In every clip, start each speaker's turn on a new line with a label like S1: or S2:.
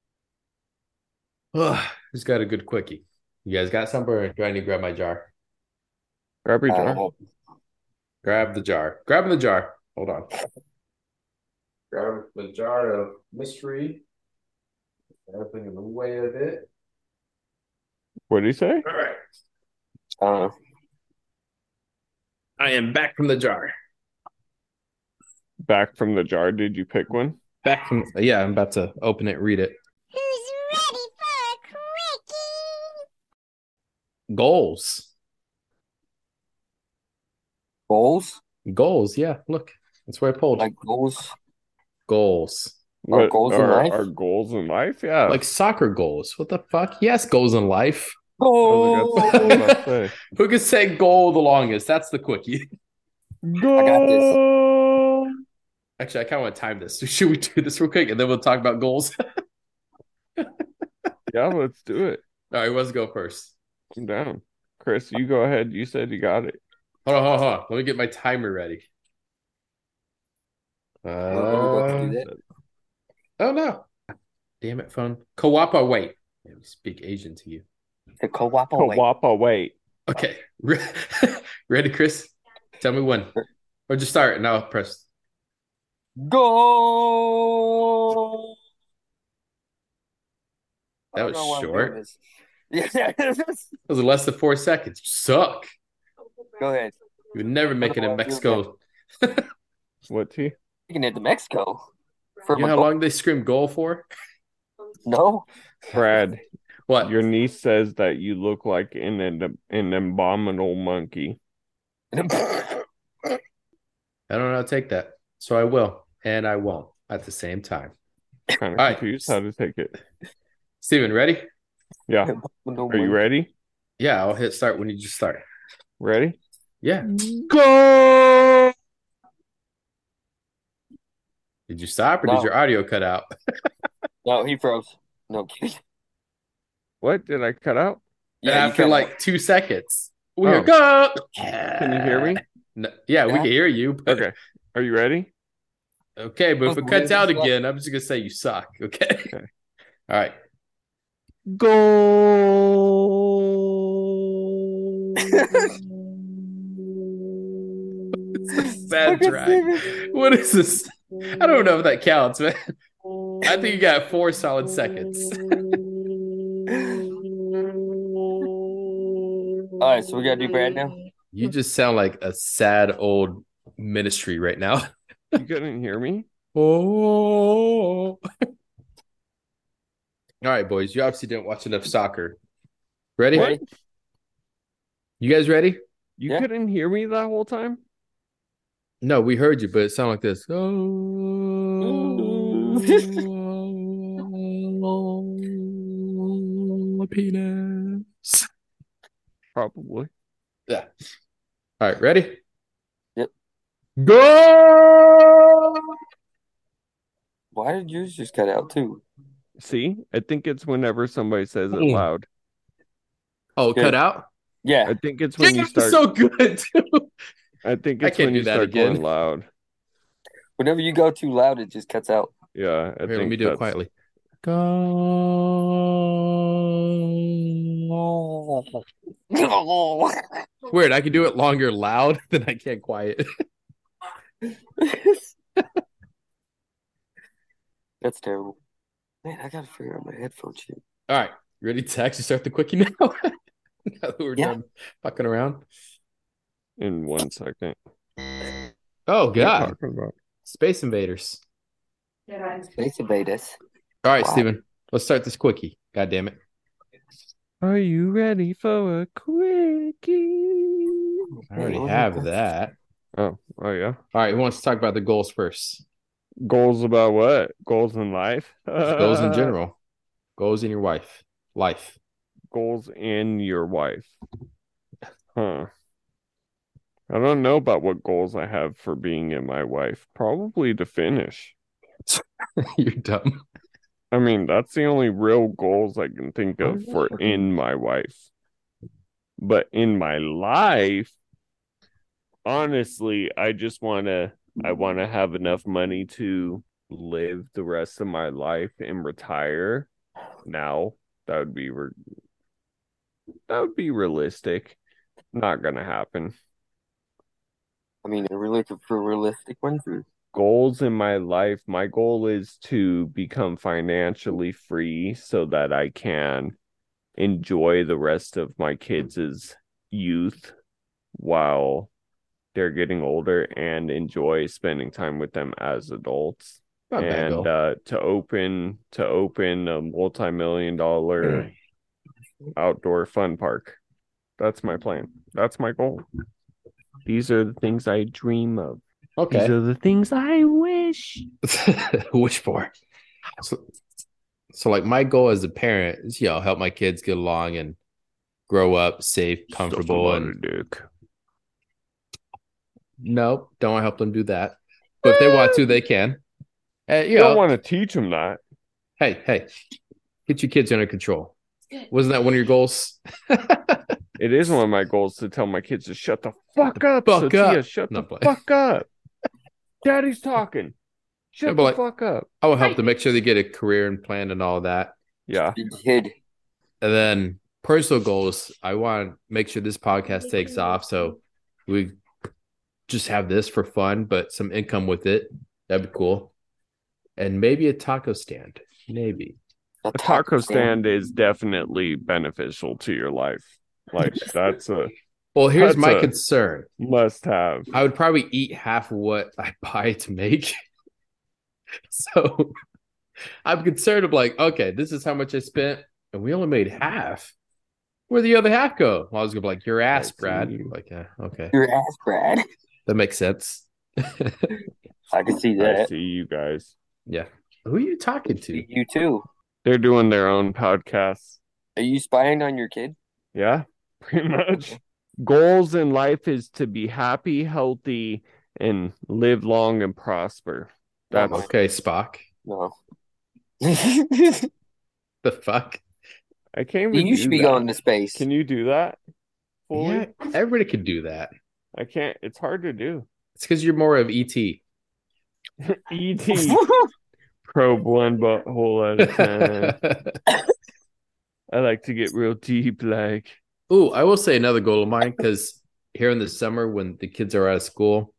S1: Oh, it's got a good quickie. You guys got something or do I need to grab my jar?
S2: Grab your jar.
S3: Uh,
S1: Grab the jar. Grabbing the jar. Hold on. Grab the jar of mystery. Everything in the way of it.
S2: What did he say?
S1: All right.
S3: I don't know.
S1: I am back from the jar.
S2: Back from the jar. Did you pick one?
S1: Back from yeah, I'm about to open it, read it.
S4: Who's ready for a quickie?
S1: Goals.
S3: Goals?
S1: Goals, yeah. Look. That's where I pulled.
S3: Like goals?
S1: goals.
S3: Our goals in
S2: are
S3: life?
S2: Our goals in life? Yeah.
S1: Like soccer goals. What the fuck? Yes, goals in life.
S2: That was a good-
S1: Goals.
S2: Let's say.
S1: Who can say goal the longest? That's the quickie.
S3: got this.
S2: Goal.
S1: Actually, I kind of want to time this. Should we do this real quick and then we'll talk about goals? All
S2: Yeah, let's do it.
S1: right, let's go first.
S2: I'm down. Chris, you go ahead. You said you got it.
S1: Hold on, hold on, hold on. Let me get my timer ready.
S3: We're gonna go
S1: Uh,
S3: do that.
S1: oh no! Damn it, phone. Kawapa, wait. Let me speak Asian to you.
S3: The co-op away.
S2: Kawapa wait.
S1: Okay, Re- ready, Chris? Tell me when, or just start and I'll press.
S3: Go.
S1: That was short.
S3: Yeah.
S1: That was less than four seconds. You suck.
S3: Go ahead.
S1: You would never make it in Mexico.
S2: What's he?
S3: Taking it to Mexico. For
S1: You know
S3: my
S1: how
S3: goal.
S1: long they scream goal for?
S3: No.
S2: Brad,
S1: What?
S2: your niece says that you look like an an, an abominable monkey.
S1: I don't know how to take that, so I will and I won't at the same time.
S2: Kind of
S1: All right.
S2: confused how to take it.
S1: Steven, ready?
S2: Yeah. Are you ready?
S1: Yeah, I'll hit start when you just start.
S2: Ready?
S1: Yeah.
S2: Go.
S1: Did you stop or did
S3: No.
S1: your audio cut out?
S3: No, he froze. No kidding.
S2: What did I cut out?
S3: Yeah, you
S1: after
S3: cut
S1: like two seconds. We hear
S2: Oh.
S1: go.
S2: Can you hear
S1: Uh,
S2: me?
S1: No- yeah, we
S3: Yeah.
S1: can hear you. But,
S2: Okay. Are you ready?
S1: Okay, but if
S3: Okay,
S1: it cuts out
S3: just like-
S1: again, I'm just gonna say you suck. Okay.
S2: Okay.
S1: All right.
S2: Go.
S1: Bad try. What is this? I don't know if that counts, man. I think you got four solid seconds.
S3: All right, so we gotta do Brad now.
S1: You just sound like a sad old ministry right now.
S2: You couldn't hear me?
S1: Oh. All right, boys. You obviously didn't watch enough soccer. Ready?
S3: Ready?
S1: You guys ready?
S2: You
S3: Yeah.
S2: couldn't hear me that whole time?
S1: No, we heard you, but it sounded like this. Oh, penis.
S2: Probably.
S1: Yeah. All right, ready?
S3: Yep.
S1: Go!
S3: Why did yours just cut out too?
S2: See? I think it's whenever somebody says it
S1: Mm.
S2: loud.
S1: Oh,
S3: Yeah.
S1: cut out?
S3: Yeah.
S2: I think it's when
S1: Dude,
S2: you
S1: that's
S2: start
S1: so good, dude.
S2: I think
S1: I
S2: it's
S1: can't
S2: when
S1: do
S2: you
S1: that
S2: start going
S1: again.
S2: loud.
S3: Whenever you go too loud, it just cuts out.
S2: Yeah.
S1: Here,
S2: I think
S1: let me do it
S2: that's-
S1: quietly. Weird. I can do it longer loud than I can quiet.
S3: That's terrible. Man, I gotta figure out my headphone shit.
S1: All right. You ready to actually start the quickie now? now that we're
S3: Yeah.
S1: done fucking around.
S2: in one second.
S1: Oh,
S2: What are you
S1: God.
S2: talking about?
S1: Space Invaders.
S3: Space invaders.
S1: All right,
S3: Wow.
S1: Steven. Let's start this quickie. God damn it.
S2: Are you ready for a quickie?
S1: I already have that.
S2: Oh, oh yeah.
S1: All right. Who wants to talk about the goals first?
S2: Goals about what? Goals in life?
S1: Just goals
S2: Uh.
S1: in general. Goals in your wife. Life.
S2: Goals in your wife. Huh. I don't know about what goals I have for being in my wife. Probably to finish.
S1: You're dumb.
S2: I mean, that's the only real goals I can think of for in my wife. But in my life, honestly, I just want to I want to have enough money to live the rest of my life and retire now That would be re- that would be realistic. Not gonna happen.
S3: I mean, they're looking for realistic win throughs.
S2: Goals in my life. My goal is to become financially free so that I can enjoy the rest of my kids' youth while they're getting older and enjoy spending time with them as adults.
S1: Not a bad
S2: and
S1: goal.
S2: uh, to open to open a multi-million dollar outdoor fun park that's my plan that's my goal these are the things i dream of these
S1: okay.
S2: are the things i wish
S1: Wish for. So, so like my goal as a parent is you know help my kids get along and grow up safe, comfortable,
S2: Stuff about
S1: and
S2: a duke
S1: nope, don't want to help them do that. But if they want to, they can. And, you
S2: you don't
S1: know,
S2: want to teach them that
S1: hey, hey, get your kids under control. Wasn't that one of your goals?
S2: it is one of my goals to tell my kids to shut the fuck up
S1: fuck
S2: Sophia,
S1: up.
S2: shut
S1: No,
S2: the
S1: but-
S2: fuck up daddy's talking shut
S1: Yeah,
S2: the
S1: but like-
S2: fuck up
S1: I will help them make sure they get a career and plan and all that.
S2: yeah
S3: Big kid.
S1: And then personal goals, I want to make sure this podcast takes off. So we just have this for fun, but some income with it. That'd be cool. And maybe a taco stand. Maybe.
S3: A
S2: a taco stand is definitely beneficial to your life like that's a
S1: Well, here's
S2: That's
S1: my
S2: a-
S1: concern.
S2: must have
S1: I would probably eat half of what I buy to make. so I'm concerned of like, okay, this is how much I spent, and we only made half. Where'd the other half go? Well, I was gonna be like, your ass,
S2: see
S1: Brad.
S2: you.
S1: Like, yeah, okay.
S3: Your ass, Brad.
S1: That makes sense.
S3: I can see
S2: i
S3: that.
S2: see you guys
S1: Yeah. Who are you talking to?
S3: You too.
S2: They're doing their own podcasts.
S3: Are you spying on your kid?
S2: Yeah, pretty much. Goals in life is to be happy, healthy, and live long and prosper. That's
S3: Oh my-
S1: Um, Okay, Spock.
S3: No.
S1: The fuck?
S2: I can't. Even
S3: you
S2: do
S3: should be
S2: that.
S3: going to space.
S2: Can you do that? Fully?
S1: Yeah, everybody could do that.
S2: I can't. It's hard to do.
S1: It's because you're more of E ET.
S2: Et probe E one butthole at a time.
S1: Mm-hmm.
S2: I like to get real deep. Like
S1: Ooh, I will say another goal of mine because here in the summer when the kids are out of school,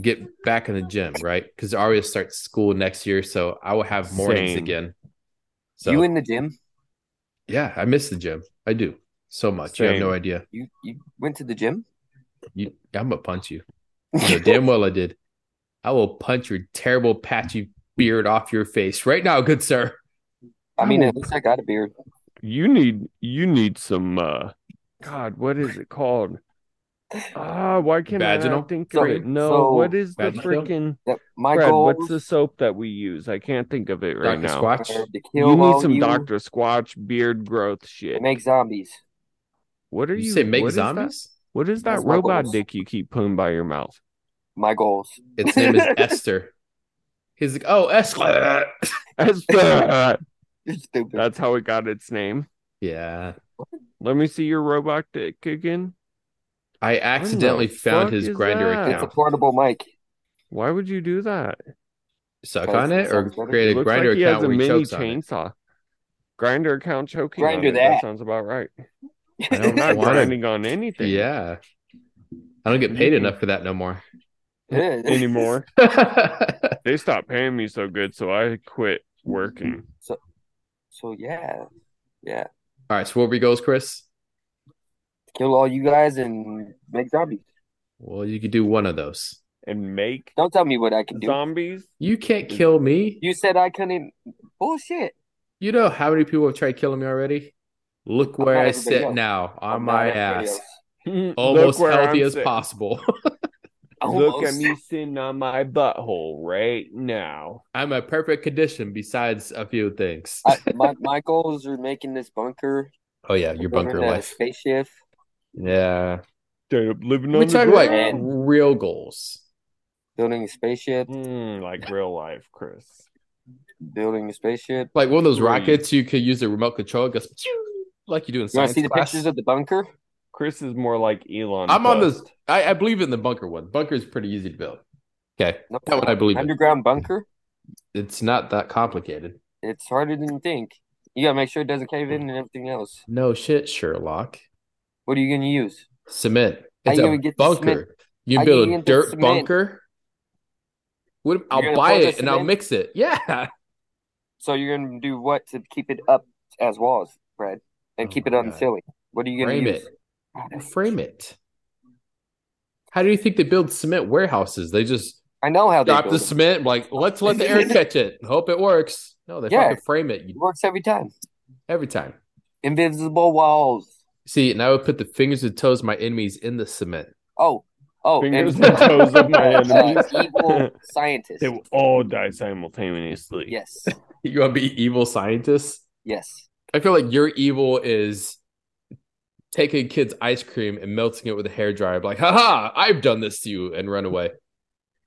S1: get back in the gym, right? Because Aria starts school next year, so I will have mornings
S2: Same.
S1: again. So
S3: You in the gym?
S1: yeah, I miss the gym. I do so much. You have no
S2: Same.
S1: idea.
S3: You you went to the gym?
S1: You, I'm gonna punch you. You know damn well I did. I will punch your terrible patchy beard off your face right now, good sir.
S3: I mean, at least I got a beard.
S2: you need, you need some. uh God, what is it called? Ah, why can't I
S1: Vaginal
S2: not think of
S1: cream?
S2: it? No,
S3: So-
S2: what is the
S1: Vaginal?
S2: freaking?
S3: That my
S2: Fred,
S3: goal
S2: what's the soap that we use? I can't think of it
S1: Doctor
S2: right now.
S1: Squatch.
S3: to kill
S2: You need
S3: all
S2: some
S3: you
S2: Doctor Squatch beard growth shit.
S3: and make zombies.
S2: what are
S1: you,
S2: you?
S1: say make
S2: what is that-
S1: zombies?
S2: What is that
S3: That's my
S2: robot
S3: goals.
S2: dick you keep putting by your mouth?
S3: My goals.
S1: Its name is Esther. He's like, oh Esther.
S2: That's the-
S3: You're stupid.
S2: that's how it got its name.
S1: yeah.
S2: Let me see your robot dick again.
S1: I accidentally
S2: fuck
S1: found his
S2: is
S1: grinder
S2: that?
S3: it's a
S1: account.
S3: portable mic.
S2: Why would you do that?
S1: Suck
S3: Guys,
S1: on it or
S3: sounds better.
S1: create a
S2: looks like
S1: grinder
S2: he has
S1: account
S2: a
S1: where he
S2: mini
S1: chokes on it.
S2: chainsaw. Grinder account choking.
S3: Grinder
S2: on it.
S3: that.
S2: sounds about right.
S1: I
S2: I'm
S1: don't
S2: not
S1: want it.
S2: grinding on anything
S1: Yeah. I don't get paid enough for that no more.
S2: anymore.
S1: I
S2: they stopped paying me so good, so I quit working.
S3: So yeah, yeah.
S1: All right, so what were your goals, Chris?
S3: Kill all you guys and make zombies.
S1: Well, you could do one of those.
S2: and make
S3: Don't tell me what I can do.
S2: zombies.
S1: You can't kill me.
S3: You said I couldn't. Bullshit.
S1: You know how many people have tried killing me already? Look
S3: I'm
S1: where
S3: not
S1: I
S3: everybody
S1: sit
S3: else.
S1: now on
S3: I'm
S1: my
S3: not everybody
S1: ass,
S3: else.
S1: almost healthy as
S2: possible.
S1: possible.
S2: Look at
S3: Almost.
S2: me sitting on my butthole right now.
S1: I'm a perfect condition besides a few things.
S3: I, my my goals are making this bunker.
S1: oh yeah, your bunker
S3: building a
S1: life.
S3: Spaceship.
S1: Yeah.
S2: Straight up living
S1: We
S2: on the
S1: talk like
S2: ground.
S1: real goals.
S3: Building a spaceship.
S2: Mm, like real life, Chris.
S3: Building a spaceship.
S1: Like one of those
S2: Three.
S1: rockets you could use a remote control, it goes pew, like you do in
S3: You
S1: science
S3: want to see the
S1: class.
S3: pictures of the bunker?
S2: Chris is more like Elon.
S1: I'm on
S2: Musk.
S1: the I, I believe in the bunker one. Bunker is pretty easy to build. Okay.
S3: No,
S1: That one I believe in.
S3: underground bunker.
S1: It's not that complicated.
S3: It's harder than you think. You gotta make sure it doesn't cave in and everything else.
S1: No shit, Sherlock.
S3: What are you gonna use?
S1: Cement.
S3: How
S1: It's
S3: you
S1: a
S3: gonna get the cement?
S1: bunker. You
S3: How you
S1: build
S3: gonna
S1: a
S3: get the
S1: dirt
S3: cement?
S1: bunker. What? I'll
S3: gonna
S1: buy
S3: pour the
S1: it and I'll
S3: cement?
S1: mix it. Yeah.
S3: So you're gonna do what to keep it up as walls, Brad, and
S1: Oh
S3: keep it
S1: my God.
S3: unsilly. What are you gonna
S1: Frame
S3: use?
S1: it. Frame it. How do you think they build cement warehouses? They just
S3: I know how they
S1: drop
S3: build
S1: the
S3: it.
S1: cement, like let's let the air catch it. and Hope it works. No, they
S3: Yeah.
S1: fucking frame it
S3: It
S1: you-
S3: works every time.
S1: every time.
S3: Invisible walls.
S1: See, and I would put the fingers and toes of my enemies in the cement.
S3: Oh, oh,
S2: Fingers
S3: and
S2: and toes of my
S3: uh,
S2: enemies.
S3: evil scientist.
S2: They will all die simultaneously.
S3: Yes,
S1: You want to be evil scientists?
S3: yes.
S1: I feel like your evil is taking a kid's ice cream and melting it with a hair dryer. Like, haha, I've done this to you, and run away.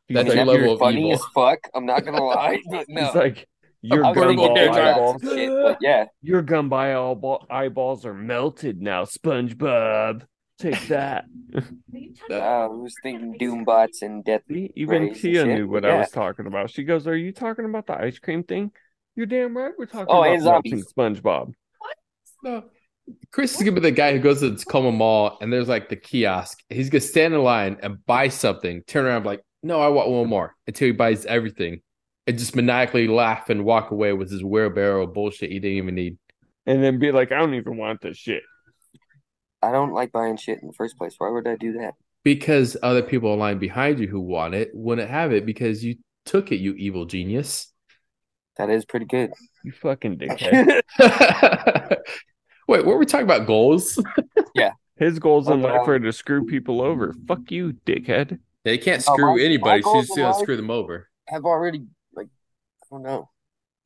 S2: He's
S1: That's
S3: I mean,
S1: your
S3: that'd be
S1: level of
S3: funny
S1: evil.
S3: as fuck. I'm not gonna lie, but no.
S2: He's like, your
S3: I was
S1: gonna
S2: gumball
S1: get
S3: thinking
S2: eyeball,
S3: about some shit, but yeah,
S2: your gumball eyeball, eyeballs are melted now, SpongeBob. Take that.
S3: I was thinking Doombots and Death.
S2: See, even
S3: Raisins,
S2: Tia
S3: yeah.
S2: knew what I
S3: Yeah.
S2: was talking about. She goes, "Are you talking about the ice cream thing?" You're damn right. We're talking
S3: Oh,
S2: about
S3: and zombies.
S2: melting SpongeBob.
S1: No. Chris is gonna be the guy who goes to the Tacoma Mall and there's like the kiosk. He's gonna stand in line and buy something, turn around, and be like, no, I want one more until he buys everything and just maniacally laugh and walk away with his wheelbarrow of bullshit he didn't even need.
S2: and then be like, I don't even want this shit.
S3: I don't like buying shit in the first place. Why would I do that?
S1: Because other people in line behind you who want it wouldn't have it because you took it, you evil genius.
S3: That is pretty good.
S2: You fucking dickhead.
S1: Wait, were we talking about goals?
S2: His goals in
S3: Oh,
S2: life
S3: wow.
S2: are to screw people over. Fuck you, dickhead.
S1: They can't
S3: Oh,
S1: screw
S3: my-
S1: anybody,
S3: my
S1: so you
S3: goals
S1: just
S3: in
S1: gonna
S3: life-
S1: screw them over.
S3: I've already like I don't know.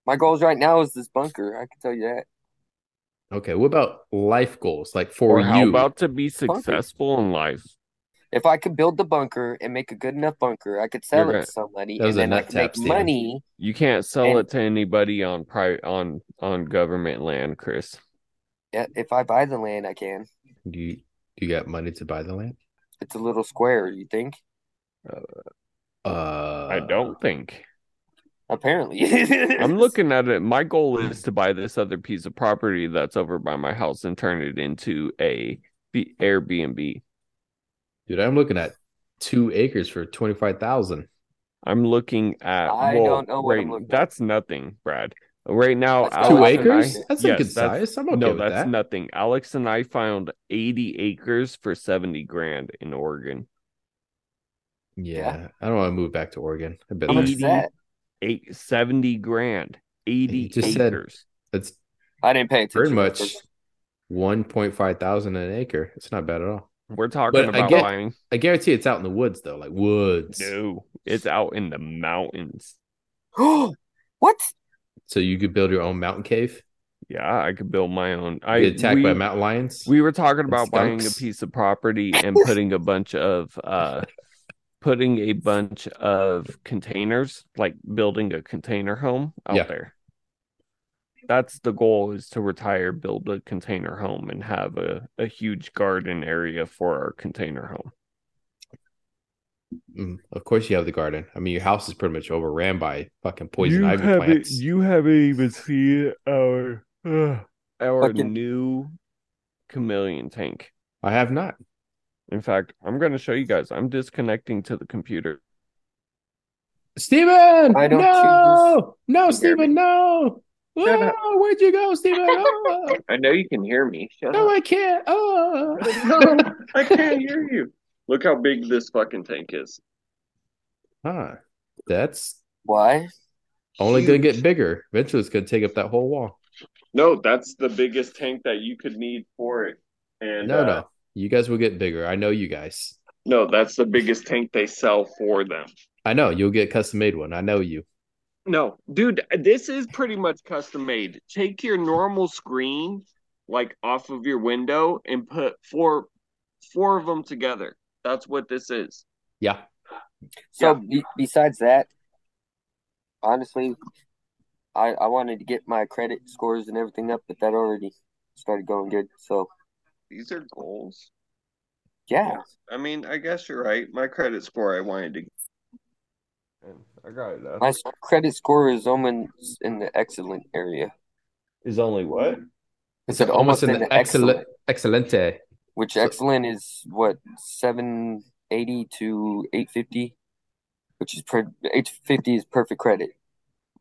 S3: My goals right now is this bunker. I can tell you that.
S1: Okay, what about life goals? Like for
S2: Or how
S1: you?
S2: about to be successful in life?
S3: If I could build the bunker and make a good enough bunker, I could sell
S2: You're
S3: it
S2: right.
S3: to somebody,
S1: That was
S3: and
S1: a
S3: then I
S1: nut
S3: could make
S1: tap, Steven.
S3: money.
S2: You can't sell
S3: And-
S2: it to anybody on private on on government land, Chris.
S3: Yeah, If I buy the land, I can.
S1: Do you do you got money to buy the land?
S3: It's a little square. You think?
S1: Uh,
S2: I don't think.
S3: Apparently,
S2: I'm looking at it. My goal is to buy this other piece of property that's over by my house and turn it into a B- Airbnb.
S1: dude. I'm looking at two acres for twenty five thousand.
S2: I'm looking at.
S3: I
S2: well,
S3: don't know what I'm
S2: right-
S3: looking at.
S2: That's nothing, Brad. Right now,
S3: That's
S2: Alex
S1: Two
S3: Oh,
S2: and I-
S1: acres? That's a
S2: yes,
S1: good
S2: that's-
S1: size. I'm okay
S2: no,
S1: with
S2: that's
S1: that.
S2: nothing. Alex and I found 80 acres for 70 grand in Oregon.
S1: yeah, I don't want to move back to Oregon. I bet
S3: How much
S1: that's,
S3: is that?
S2: Eight, 70 grand, 80
S1: just said-
S2: acres.
S1: that's
S3: I didn't pay
S1: very
S3: attention.
S1: much one point five thousand an acre. It's not bad at all.
S2: We're talking
S1: But I
S2: about
S1: get-
S2: buying.
S1: I guarantee it's out in the woods though, like woods.
S2: No, it's out in the mountains.
S3: what?
S1: So you could build your own mountain cave.
S2: Yeah, I could build my own. I
S1: I, get attacked
S2: we,
S1: by mountain lions.
S2: we were talking about buying a
S1: skunks.
S2: piece of property and putting a bunch of uh putting a bunch of containers like building a container home out
S1: Yeah.
S2: there that's the goal is to retire build a container home and have a, a huge garden area for our container home
S1: Mm, of course, you have the garden. I mean, your house is pretty much overran by fucking poison ivy plants.
S2: you haven't even seen our uh, our
S3: Fucking-
S2: new chameleon tank
S1: I have not.
S2: in fact i'm going to show you guys i'm disconnecting to the computer
S1: Steven!
S3: I don't
S1: no! No,
S5: You hear
S1: Steven, no!
S5: Shut up.
S1: Oh, where'd you go, Steven? Oh,
S5: I know you can hear me. Shut
S1: no,
S5: up.
S1: I can't. Oh.
S5: No, I can't hear you. Look how big this fucking tank is.
S1: Huh. That's
S3: Why?
S1: only going to
S5: Huge.
S1: get bigger. Eventually, it's going to take up that whole wall.
S5: No, that's the biggest tank that you could need for it. And
S1: No,
S5: uh,
S1: no. You guys will get bigger. I know you guys.
S5: no, that's the biggest tank they sell for them.
S1: I know. You'll get custom made one. I know you.
S5: No, dude, this is pretty much custom made. Take your normal screen, like off of your window, and put four four of them together. That's what this is.
S1: Yeah.
S3: So
S5: Yeah.
S3: be- besides that, honestly, I I wanted to get my credit scores and everything up, but that already started going good. So
S5: These are goals.
S3: yeah,
S5: I mean, I guess you're right. My credit score, I wanted to
S2: And I got it.
S3: my s- credit score is almost in the excellent area.
S2: is only what?
S3: It's
S1: So almost an excellent, excellente.
S3: which excellent is what seven eighty to eight fifty, which is per eight fifty is perfect credit.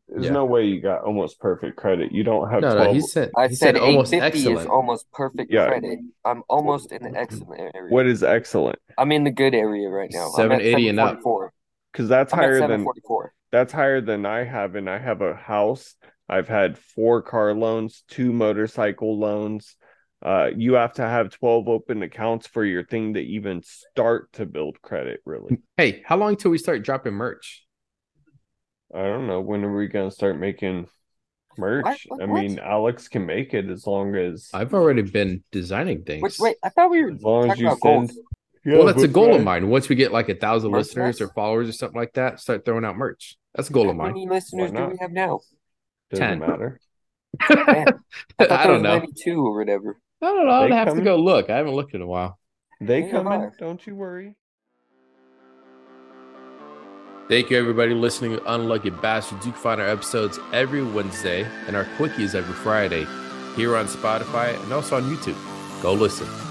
S2: There's
S1: Yeah.
S2: no way you got almost perfect credit. You don't have
S1: No, no,
S2: 12
S1: he said
S3: I
S1: he said
S3: said, eight
S1: almost
S3: fifty is
S1: excellent.
S3: almost perfect
S2: Yeah.
S3: credit. I'm almost in the excellent area.
S2: What is excellent?
S3: I'm in the good area right now. I'm at
S1: 780 and up.
S3: 744.
S2: Because that's
S3: I'm at
S2: higher than
S3: 744.
S2: that's higher than I have, and I have a house. I've had four car loans, two motorcycle loans. Uh, you have to have 12 open accounts for your thing to even start to build credit, really.
S1: Hey, how long till we start dropping merch?
S2: I don't know. When are we going to start making merch?
S3: What?
S2: I
S3: What?
S2: mean, Alex can make it as long as.
S1: I've already been designing things.
S3: Which wait, I thought we were
S2: As long as
S3: talking
S2: you
S3: about
S2: send-
S3: goals.
S1: well,
S2: Yeah,
S1: that's a
S2: but-
S1: goal of mine. Once we get like a thousand
S3: Merch
S1: listeners or
S3: box?
S1: followers or something like that, start throwing out merch. That's a goal
S3: How
S1: of mine.
S3: many listeners
S2: Why
S3: do
S2: not?
S3: we have now?
S2: Doesn't
S1: 10.
S2: matter.
S1: I
S3: thought there was
S1: don't know.
S3: 92 or whatever.
S1: I don't know. I'd
S2: They
S1: have to
S2: come-
S1: go look. I haven't looked in a while.
S2: They
S3: Neither
S2: come
S3: have
S2: in.
S3: I.
S2: Don't you worry.
S1: Thank you, everybody, listening to Unlucky Bastards. You can find our episodes every Wednesday and our quickies every Friday here on Spotify and also on YouTube. Go listen.